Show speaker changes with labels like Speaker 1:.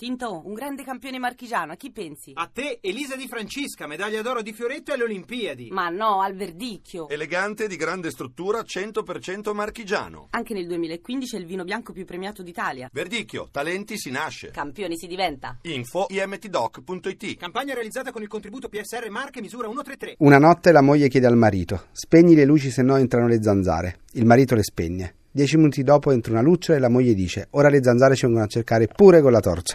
Speaker 1: Tinto, un grande campione marchigiano, a chi pensi?
Speaker 2: A te Elisa Di Francesca, medaglia d'oro di Fioretto alle Olimpiadi.
Speaker 1: Ma no, al verdicchio.
Speaker 3: Elegante, di grande struttura, 100% marchigiano.
Speaker 1: Anche nel 2015 è il vino bianco più premiato d'Italia.
Speaker 3: Verdicchio, talenti si nasce.
Speaker 1: Campioni si diventa.
Speaker 3: Info imtdoc.it
Speaker 2: Campagna realizzata con il contributo PSR Marche misura 133.
Speaker 4: Una notte la moglie chiede al marito: Spegni le luci, se no entrano le zanzare. Il marito le spegne. Dieci minuti dopo entra una luce e la moglie dice: Ora le zanzare ci vengono a cercare pure con la torcia.